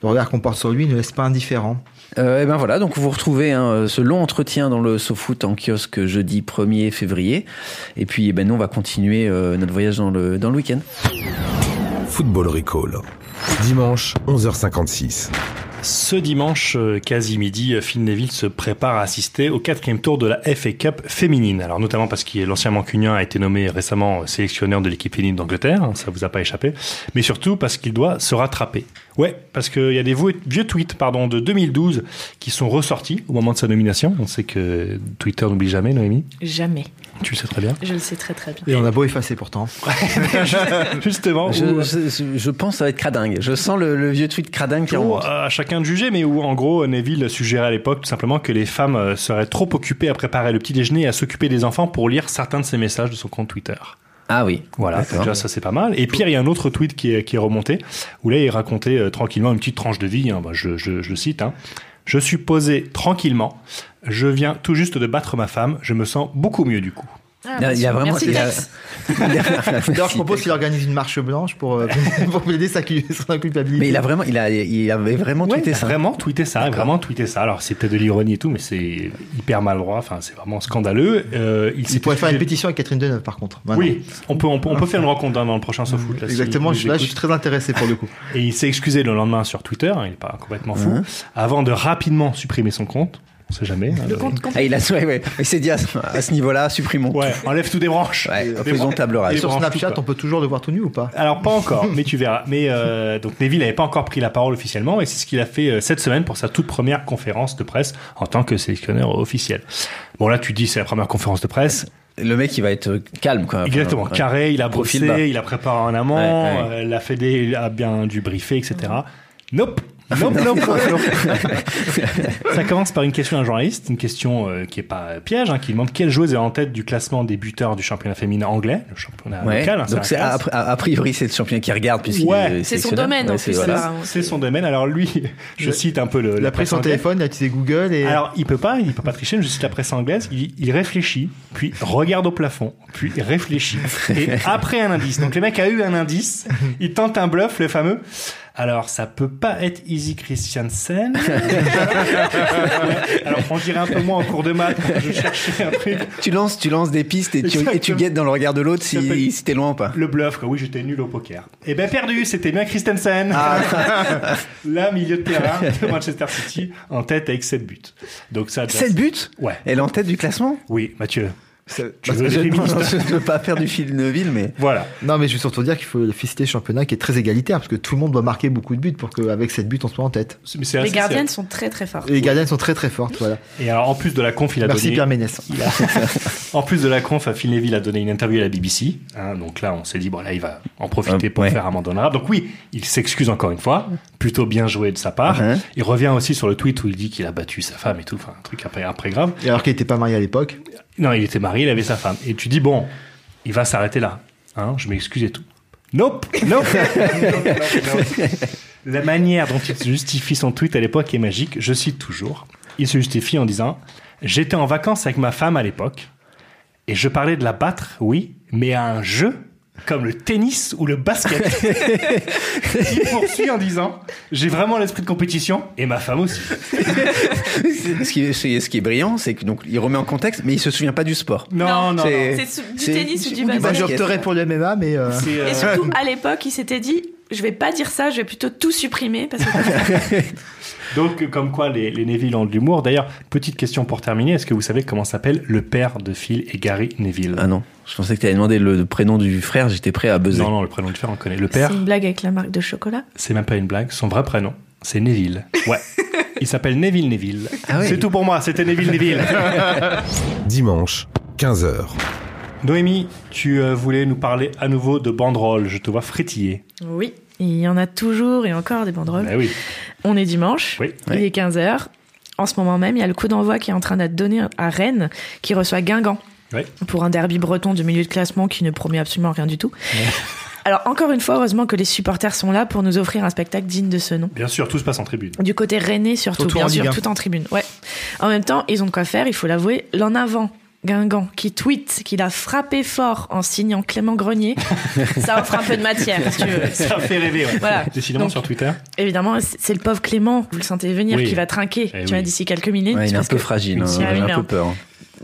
K: le regard qu'on porte sur lui, ne laisse pas indifférent.
D: Euh, et ben voilà, donc vous retrouvez hein, ce long entretien dans le SoFoot en kiosque jeudi 1er février. Et puis eh ben, nous, on va continuer euh, notre voyage dans le, dans le week-end.
B: Football Recall. Dimanche, 11h56.
C: Ce dimanche, euh, quasi midi, euh, Phil Neville se prépare à assister au quatrième tour de la FA Cup féminine. Alors notamment parce que l'ancien mancunien a été nommé récemment euh, sélectionneur de l'équipe féminine d'Angleterre, hein, ça vous a pas échappé, mais surtout parce qu'il doit se rattraper. Ouais, parce qu'il y a des vieux vieux tweets pardon, de 2012 qui sont ressortis au moment de sa nomination. On sait que Twitter n'oublie jamais, Noémie.
L: Jamais.
C: Tu le sais très bien.
L: Je le sais très très bien.
K: Et on a beau effacer pourtant.
C: Justement,
D: je,
C: où- euh,
D: je- je pense que ça va être cradingue. Je sens le, le vieux tweet cradingue qui
C: Ou
D: remonte.
C: à chacun de juger, mais où en gros Neville suggérait à l'époque tout simplement que les femmes euh, seraient trop occupées à préparer le petit déjeuner et à s'occuper des enfants pour lire certains de ses messages de son compte Twitter.
D: Ah oui.
C: Voilà,
D: D'accord.
C: déjà ça c'est pas mal. Et pire, il y a un autre tweet qui est, qui est remonté, où là il racontait euh, tranquillement une petite tranche de vie, hein, bah, je, je- je le cite, hein. je suis posé tranquillement, je viens tout juste de battre ma femme, je me sens beaucoup mieux du coup.
L: Ah,
D: Il y a- il y a vraiment- il y a-
K: D'ailleurs, je propose qu'il organise une marche blanche pour, euh, pour plaider sa, cul- son culpabilité.
D: Mais il a vraiment, il a, il avait vraiment tweeté ça.
C: Vraiment tweeter ça, vraiment tweeter ça. Alors c'était de l'ironie et tout, mais c'est hyper maladroit, enfin c'est vraiment scandaleux. Euh, il s'est
K: Il pourrait faire une
C: excusé-
K: pétition avec Catherine Deneuve, par contre. maintenant.
C: Oui, on peut, on peut, on peut faire une rencontre hein, dans le prochain SoFoot. là, si
K: Exactement,
C: il
K: je-
C: nous
K: là, je
C: écoute.
K: suis très intéressé pour le coup.
C: Et il s'est excusé le lendemain sur Twitter, hein, il est pas complètement fou,
D: Mhm.
C: avant de rapidement supprimer son compte. On sait jamais. hein, le-
D: Ah, il a ouais, ouais. Il s'est dit à, ce- à ce niveau-là, supprimons.
C: Ouais, enlève tout des branches.
D: Ouais,
C: Des
D: faisons
C: branches.
D: table rase.
C: Des
K: Sur
C: branches,
K: Snapchat,
C: tout,
K: on
C: quoi.
K: peut toujours le voir tout nu ou pas
C: Alors pas encore, mais tu verras. Mais euh, donc Neville n'avait pas encore pris la parole officiellement et c'est ce qu'il a fait euh, cette semaine pour sa toute première conférence de presse en tant que sélectionneur officiel. Bon là tu dis c'est la première conférence de presse.
D: Le mec, il va être calme, quoi. Enfin,
C: Exactement,
D: ouais.
C: carré, il a
D: Profil
C: brossé,
D: bas.
C: il a préparé en amont,
D: Ouais, ouais. Mm-hmm.
C: euh, la Fédé a bien dû briefer, etc. Nope. Nope, nope, nope. Ça commence par une question à un journaliste, une question euh, qui est pas euh, piège, hein, qui demande quelle joueuse est en tête du classement des buteurs du championnat féminin anglais, le championnat
D: Ah, Ouais.
C: local. hein,
D: Donc,
C: la
D: c'est, a,
C: classe.
D: a- a priori, c'est le champion qui regarde, puisqu'il
C: Ouais.
D: est
C: C'est
L: son
D: sélectionneur.
L: domaine, en
D: Ouais, c'est-
L: plus,
D: voilà.
L: alors.
C: C'est son domaine. Alors lui, je cite un peu le,
K: Il a pris son
C: anglaise.
K: téléphone, il a utilisé Google et.
C: Alors il peut pas, il peut pas tricher. Je cite la presse anglaise. Il, il réfléchit, puis regarde au plafond, puis réfléchit. Et après un indice. Donc le mec a eu un indice. Il tente un bluff, le fameux. Alors ça peut pas être Easy Christiansen. Alors on dirait un peu moins en cours de maths. Je cherchais un truc.
D: Tu lances, tu lances des pistes et tu, et tu
C: Exactement.
D: guettes dans le regard de l'autre si,
C: Exactement.
D: si t'es loin ou pas.
C: Le bluff, quoi. Oui, j'étais nul au poker. Eh ben perdu, c'était bien Christensen. Là, milieu de terrain de Manchester City, en tête avec 7 buts. Donc ça. déjà-
D: 7 buts
C: Ouais.
D: Elle est en tête du classement
C: Oui, Mathieu. Tu
D: Parce
C: veux
D: que je
C: des
D: non,
C: féministes
D: non, je ne veux pas faire du fil Neville, mais.
C: Voilà.
K: Non, mais je veux surtout dire qu'il faut féliciter le championnat qui est très égalitaire parce que tout le monde doit marquer beaucoup de buts pour qu'avec cette buts, on soit en tête.
C: C'est- mais c'est
L: Les
C: assez-
L: gardiennes sont très très fortes.
K: Et les gardiennes sont très très fortes, voilà.
C: c'est- Et alors, en plus de la conf, Ah, il a
K: Merci
C: donné.
K: Pierre Ménès.
C: il a- en plus de la conf, Phil Neville a donné une interview à la BBC. hein, donc là, on s'est dit, bon, là, il va en profiter
K: Euh,
D: Ah,
C: pour
D: ouais.
C: faire un mandat arabe. Donc oui, il s'excuse encore une fois. Plutôt bien joué de sa part.
K: Uh-huh.
D: Mhm.
C: Il revient aussi sur le tweet où il dit qu'il a battu sa femme et tout. Enfin, un truc après, après grave.
K: Et alors qu'il n'était pas marié à l'époque.
C: Non, il était marié, il avait sa femme. Et tu dis, bon, il va s'arrêter là. Hein, je m'excuse et tout. Nope, nope. La manière dont il justifie son tweet à l'époque est magique. Je cite toujours. Il se justifie en disant J'étais en vacances avec ma femme à l'époque et je parlais de la battre, oui, mais à un jeu comme le tennis ou le basket. Il poursuit en disant J'ai vraiment l'esprit de compétition et ma femme aussi.
D: ce, qui est, c'est- ce qui est brillant, c'est que donc il remet en contexte, mais il se souvient pas du sport.
C: Non, non,
D: C'est-
L: C'est sou- du
D: c'est-
L: tennis ou du
K: Bah,
L: basket
K: je opterais pour le MMA, mais. euh,
L: Et surtout, à l'époque, il s'était dit je vais pas dire ça, je vais plutôt tout supprimer parce que
C: Donc, euh, comme quoi les, les Neville ont de l'humour. D'ailleurs, petite question pour terminer est-ce que vous savez comment s'appelle le père de Phil et Gary Neville
D: Ah non, je pensais que tu avais demandé le, prénom du frère, j'étais prêt à buzzer.
C: Non, non, le prénom du frère, on le connaît. Le
L: c'est
C: père,
L: une blague avec la marque de chocolat.
C: c'est même pas une blague, son vrai prénom, c'est Neville. Ouais. Il s'appelle Neville Neville.
L: Ah oui.
C: C'est tout pour moi, c'était Neville Neville.
B: Dimanche, 15h.
C: Noémie, tu euh, voulais nous parler à nouveau de banderoles. Je te vois frétiller.
L: Oui, il y en a toujours et encore des banderoles.
C: Bah oui.
L: On est dimanche,
C: Oui.
L: il est 15h. En ce moment même, il y a le coup d'envoi qui est en train d'être donné à Rennes, qui reçoit Guingamp
C: Ouais.
L: pour un derby breton de milieu de classement qui ne promet absolument rien du tout. Alors encore une fois, heureusement que les supporters sont là pour nous offrir un spectacle digne de ce nom.
C: Bien sûr, tout se passe en tribune.
L: Du côté rennais surtout,
C: Surtout
L: bien
C: en
L: sûr,
C: Ligue un.
L: tout en tribune. Ouais. En même temps, ils ont de quoi faire, il faut l'avouer. L'en avant, Guingamp, qui tweet qu'il a frappé fort en signant Clément Grenier, ça offre un peu de matière, si tu veux.
C: Ça fait rêver, ouais.
L: Voilà.
C: Décidément
L: Donc,
C: sur Twitter.
L: Évidemment, c'est c'est le pauvre Clément, vous le sentez venir,
C: Oui.
L: qui va trinquer,
C: Eh
L: tu vois,
C: oui.
L: d'ici quelques minutes.
D: Ouais, il est un
L: parce
D: peu
L: que-
D: fragile, hein,
L: Ah
D: il
L: oui,
D: a
L: mais
D: un peu peur. hein.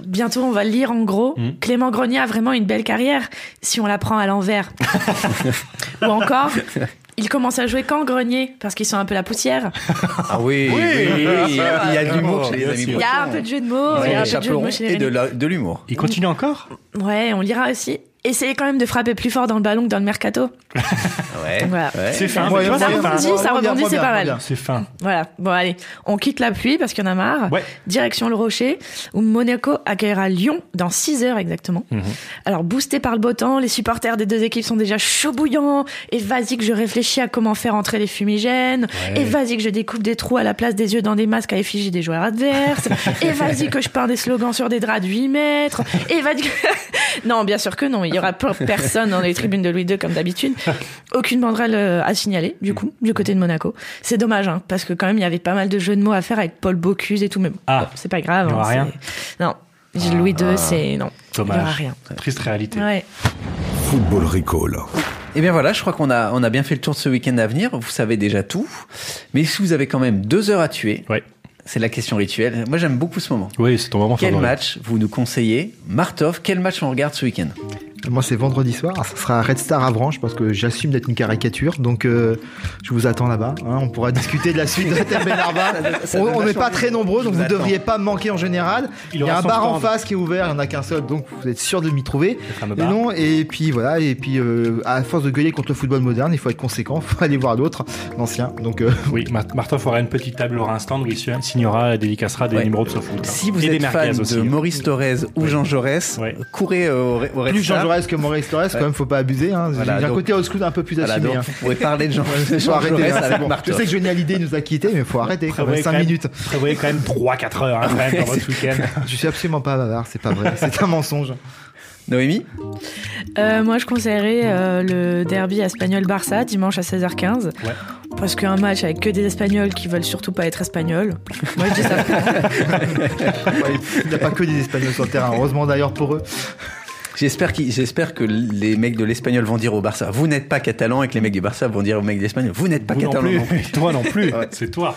L: Bientôt, on va lire en gros.
D: Mm.
L: Clément Grenier a vraiment une belle carrière si on la prend à l'envers. Ou encore, il commence à jouer quand Grenier Parce qu'ils sont un peu la poussière.
D: Ah oui,
L: Oui,
D: oui, oui,
L: bien
D: il y
L: sûr.
D: a il y a de
C: Oh,
D: l'humour chez les
L: Bien
D: amis.
L: sûr. Il y a un peu de jeu de mots, Oh, il y a un peu de jeu de mots chez les
D: et de
L: amis.
D: la- de l'humour.
C: Il continue encore
L: Ouais, on lira aussi. Essayez quand même de frapper plus fort dans le ballon que dans le mercato.
D: Ouais.
L: Voilà.
D: ouais.
C: C'est fin.
L: Ça
C: mais tu vois, c'est fin.
L: rebondit, ça rebondit, c'est pas mal.
C: C'est fin.
L: Voilà, bon allez, on quitte la pluie parce qu'il y en a marre. Direction le Rocher, où Monaco accueillera Lyon dans 6 heures exactement. Alors boosté par le beau temps, les supporters des deux équipes sont déjà chauds bouillants. Et vas-y que je réfléchis à comment faire entrer les fumigènes.
E: Ouais.
C: Eh
L: Et vas-y que je découpe des trous à la place des yeux dans des masques à effigie des joueurs adverses. et vas-y que je peins des slogans sur des draps de 8 mètres. Et vas-y que... Non, bien sûr que non, il y aura pas personne dans les tribunes de Louis II comme d'habitude. Aucune banderole euh, à signaler, du coup, du côté de Monaco. C'est dommage, hein, parce que quand même, il y avait pas mal de jeux de mots à faire avec Paul Bocuse et tout, mais bon,
C: Ah.
L: c'est pas grave.
C: Il y
L: hein,
C: aura
L: c'est-
C: rien
L: Non, Louis II,
C: Ah.
L: c'est... Non,
C: Dommage.
L: il y aura rien.
C: Triste réalité.
L: Ouais.
B: Football Recall.
D: Et Eh bien voilà, je crois qu'on a, on a bien fait le tour de ce week-end à venir. Vous savez déjà tout. Mais si vous avez quand même deux heures à tuer, c'est la question rituelle. Moi, j'aime beaucoup ce moment.
C: Oui, c'est ton moment
D: Quel
K: favori.
D: match vous nous conseillez Martov, quel match on regarde ce week-end
K: Moi, c'est vendredi soir. Ça sera Red Star à Branche parce que j'assume d'être une caricature. Donc, euh, je vous attends là-bas. hein. on pourra discuter de la suite de la table Benarva.
D: Ça donne
K: On
D: la
K: n'est pas
D: chance.
K: très nombreux, donc
D: Je
K: vous
D: vous
K: ne
D: attends.
K: devriez pas me manquer en général.
D: Il
K: Il y
D: aura
K: a un
D: son
K: bar en
D: stand.
K: face qui est ouvert. Il n'y en a qu'un seul, donc vous êtes sûr de m'y trouver.
C: fameux
K: Et
C: bar.
K: non, et puis voilà. Et puis, euh, à force de gueuler contre le football moderne, il faut être conséquent. Il faut aller voir d'autres, l'ancien. Donc, euh,
C: Oui, Mar- Martov aura une petite table, aura un stand où il sign- signera et dédicacera des
D: Ouais.
C: numéros de SoFoot.
D: Si vous
C: et
D: êtes
C: des
D: fan
C: merguez
D: de
C: aussi.
K: hein.
C: hein.
D: Maurice Torres ou Jean Jaurès, courez euh, au, Re- au Red
K: plus Jean
D: Star.
K: Jaurès que Maurice Torres, quand même, faut pas abuser. Hein.
D: Voilà,
K: J'ai un
D: donc-
K: côté old school un peu plus
D: Voilà,
K: assumé.
D: donc,
K: hein.
D: vous pouvez parler de Jean-
K: Faut
D: Jean
K: arrêter,
D: Jaurès
K: hein, c'est
D: avec
K: bon.
D: Martov.
K: Je sais que Johnny Hallyday nous a quittés, mais faut arrêter quand même.
C: Prévoyez
K: 5
C: quand même-
K: minutes.
C: Prévoyez quand même 3-4 heures hein, quand même, dans votre week-end.
K: Je suis absolument pas bavard, c'est pas vrai. C'est un mensonge.
D: Noémie
L: Euh, moi, je conseillerais euh, le derby espagnol-Barça dimanche à 16h15. Parce qu'un match avec que des Espagnols qui veulent surtout pas être Espagnols. Moi, je dis ça.
K: Il n'y a pas que des Espagnols sur le terrain, heureusement d'ailleurs pour eux.
D: J'espère qu'ils- j'espère que les mecs de l'Espagnol vont dire au Barça, vous n'êtes pas catalan, et que les mecs du Barça vont dire aux mecs de l'Espagnol, vous n'êtes pas
C: Vous non
D: catalan.
C: plus. Toi non plus.
D: C'est
C: toi.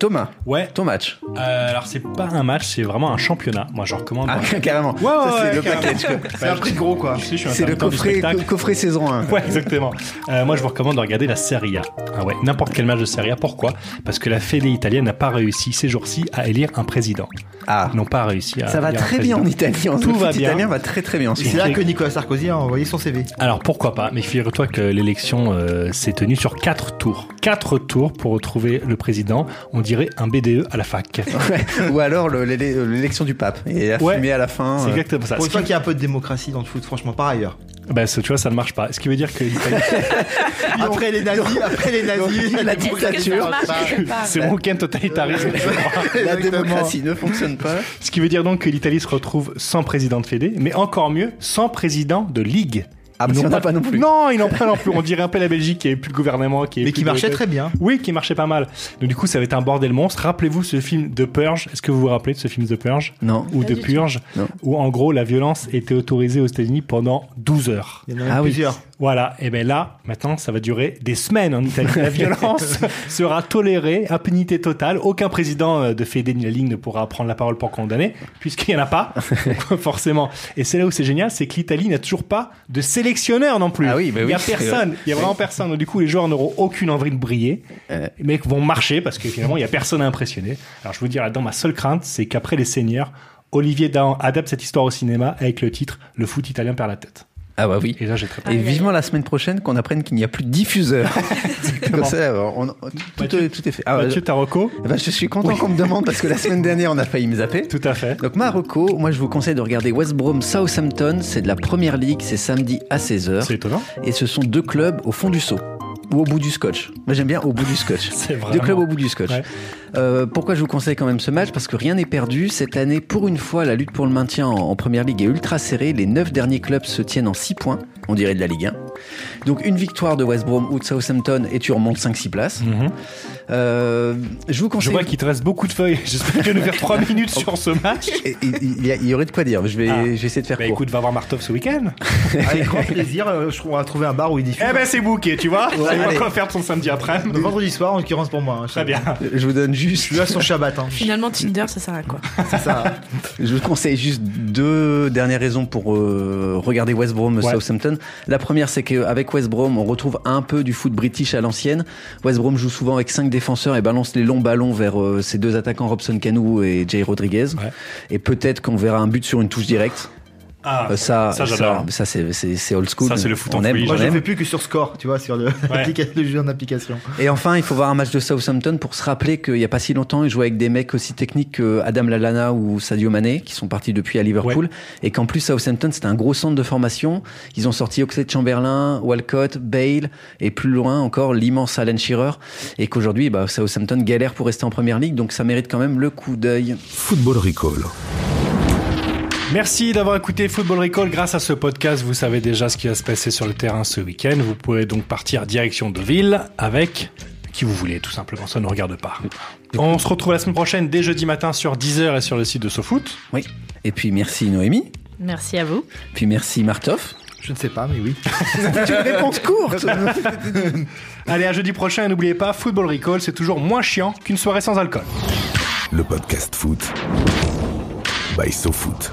D: Thomas.
C: Ouais.
D: Ton match.
C: Euh, alors c'est pas un match, c'est vraiment un championnat. Moi, je recommande.
D: Ah, carrément.
C: Ouais,
D: Ça,
C: ouais,
D: c'est le
C: carrément.
D: package, quoi.
K: C'est un prix gros quoi.
C: Je sais, je suis un
D: C'est le
C: intermittent du
D: coffret,
C: spectacle.
D: co- coffret saison 1.
C: Ouais, exactement. Euh, moi, je vous recommande de regarder la Serie A. Ah ouais, n'importe quel match de Serie A. Pourquoi Parce que la Fédé italienne n'a pas réussi ces jours-ci à élire un président.
D: Ah.
C: Ils n'ont pas réussi à.
D: Ça va
C: élire un
D: très bien en
C: président.
D: Italie. en
C: Tout
D: foot
C: va bien.
D: italien va très très bien. en ce
K: Et c'est là
D: moment.
K: que Nicolas Sarkozy a envoyé son CV.
C: Alors pourquoi pas Mais figure-toi que l'élection euh, s'est tenue sur quatre tours. Quatre tours pour retrouver le président. On dirait un BDE à la fac.
D: Ouais. Ou alors le- l'élé- l'élection du pape. Et la
C: Ouais.
D: fumée à la fin.
C: C'est
D: euh.
C: exactement ça.
K: Pour une
C: Ce
K: fois
C: qui-
K: qu'il y a un peu de démocratie dans le foot, franchement, par ailleurs.
C: Bah, ça, tu vois, ça ne marche pas. Ce qui veut dire que l'Italie-
K: Après les nazis, après les nazis,
D: La dictature.
C: c'est mon week-end totalitarisme. je crois.
D: La
K: Exactement.
D: démocratie ne fonctionne pas.
C: Ce qui veut dire donc que l'Italie se retrouve sans président de Fédé, mais encore mieux, sans président de Ligue.
D: Ah, parce
C: Ils
D: qu'il
C: n'ont
D: y en a pas non plus.
C: Non, ils n'en prennent plus. On dirait un peu la Belgique qui n'avait plus de gouvernement. Qui avait
K: Mais
C: plus
K: qui
C: de-
K: marchait très bien.
C: Oui, qui marchait pas mal. Donc, du coup, ça va être un bordel monstre. Rappelez-vous ce film The Purge. Est-ce que vous vous rappelez de ce film The Purge
D: Non.
C: Ou
D: Pas
C: de
D: du tout.
C: Purge
D: Non.
C: Où, en gros, la violence était autorisée aux États-Unis pendant 12 heures.
K: Il y en a Ah oui. plusieurs.
C: Voilà. Et ben là, maintenant, ça va durer des semaines en Italie. La violence sera tolérée, impunité totale. Aucun président euh, de Fédé ni la Ligue ne pourra prendre la parole pour condamner, puisqu'il n'y en a pas, Donc, forcément. Et c'est là où c'est génial, c'est que l'Italie n'a toujours pas de sélectionneur non plus.
D: bah
C: Il n'y a
D: oui, c'est
C: personne.
D: vrai.
C: Il n'y a vraiment personne. Donc, du coup, les joueurs n'auront aucune envie de briller.
D: Euh.
C: Les mecs vont marcher parce que finalement, il n'y a personne à impressionner. Alors, je vous dire là-dedans, ma seule crainte, c'est qu'après les seigneurs, Olivier Dahan adapte cette histoire au cinéma avec le titre Le foot italien perd la tête.
D: Ah bah oui.
C: Et là, j'ai très peur.
D: Et vivement la semaine prochaine qu'on apprenne qu'il n'y a plus de diffuseur. Comme ça, on- on- tout, tout est fait. Ah,
C: Mathieu,
D: je-
C: ta reco
D: Eh ben, je suis content qu'on me demande parce que la semaine dernière on a failli me zapper.
C: Tout à fait.
D: Donc Marocco, moi je vous conseille de regarder West Brom Southampton, c'est de la première ligue, c'est samedi à 16h.
C: C'est étonnant.
D: Et ce sont deux clubs au fond du seau. Ou au bout du scotch. Moi j'aime bien au bout du scotch.
C: C'est
D: Deux
C: vraiment-
D: clubs au bout du scotch.
C: Ouais.
D: Euh, pourquoi je vous conseille quand même ce match Parce que rien n'est perdu. Cette année, pour une fois, la lutte pour le maintien en, en première ligue est ultra serrée. Les 9 derniers clubs se tiennent en 6 points, on dirait de la Ligue 1. Donc une victoire de West Brom ou de Southampton et tu remontes 5-6 places. Euh, je vous
C: Mhm. Je
D: conseille.
C: vois qu'il te reste beaucoup de feuilles. J'espère que je vais faire 3 minutes sur ce match.
D: Et- et- Il y, a- il y aurait de quoi dire. Je vais,
C: Ah.
D: je vais essayer de faire
C: Bah
D: court.
C: écoute, va voir Martov ce week-end.
K: Avec grand plaisir, euh, je trouve on va trouver un bar où il diffuse.
C: Eh ben, c'est bouqué, tu vois.
K: Ouais,
C: c'est pas
K: allez.
C: quoi faire de son samedi après.
K: Le vendredi soir, en l'occurrence pour moi. hein,
C: Très bien.
D: Je vous donne juste.
K: Je suis là sur Shabbat. hein.
L: Finalement, Tinder, ça sert à quoi
K: C'est ça.
D: Je vous conseille juste deux dernières raisons pour euh, regarder West Brom Southampton. La première, c'est qu'avec West Brom, on retrouve un peu du foot british à l'ancienne. West Brom joue souvent avec cinq défenseurs et balance les longs ballons vers euh, ses deux attaquants Robson Canu et Jay Rodriguez. Et peut-être qu'on verra un but sur une touche directe.
C: Ah,
D: Euh, ça,
C: ça,
D: ça,
C: j'adore.
D: ça, c'est- c'est c'est old school.
C: Ça, c'est le foot
D: on
C: en
D: aime,
C: folie,
D: on
K: Moi, je ne
D: aime.
K: fais plus que sur Score, tu vois, sur le, l'applica- le jeu en application.
D: Et enfin, il faut voir un match de Southampton pour se rappeler qu'il n'y a pas si longtemps, ils jouaient avec des mecs aussi techniques que Adam Lallana ou Sadio Mané, qui sont partis depuis à Liverpool. Et qu'en plus, Southampton, c'était un gros centre de formation. Ils ont sorti Oxlade Chamberlain, Walcott, Bale, et plus loin encore, l'immense Alan Shearer. Et qu'aujourd'hui, bah, Southampton galère pour rester en première ligue, donc ça mérite quand même le coup d'œil.
B: Football Recall.
C: Merci d'avoir écouté Football Recall. Grâce à ce podcast, vous savez déjà ce qui va se passer sur le terrain ce week-end. Vous pouvez donc partir direction Deauville avec qui vous voulez, tout simplement. Ça ne regarde pas. On se retrouve la semaine prochaine dès jeudi matin sur 10h et sur le site de SoFoot.
D: Oui. Et puis, merci Noémie.
L: Merci à vous.
D: Puis, merci Martov.
K: Je ne sais pas, mais oui.
D: C'est une réponse courte.
C: Allez, à jeudi prochain et n'oubliez pas, Football Recall, c'est toujours moins chiant qu'une soirée sans alcool.
B: Le podcast foot by SoFoot.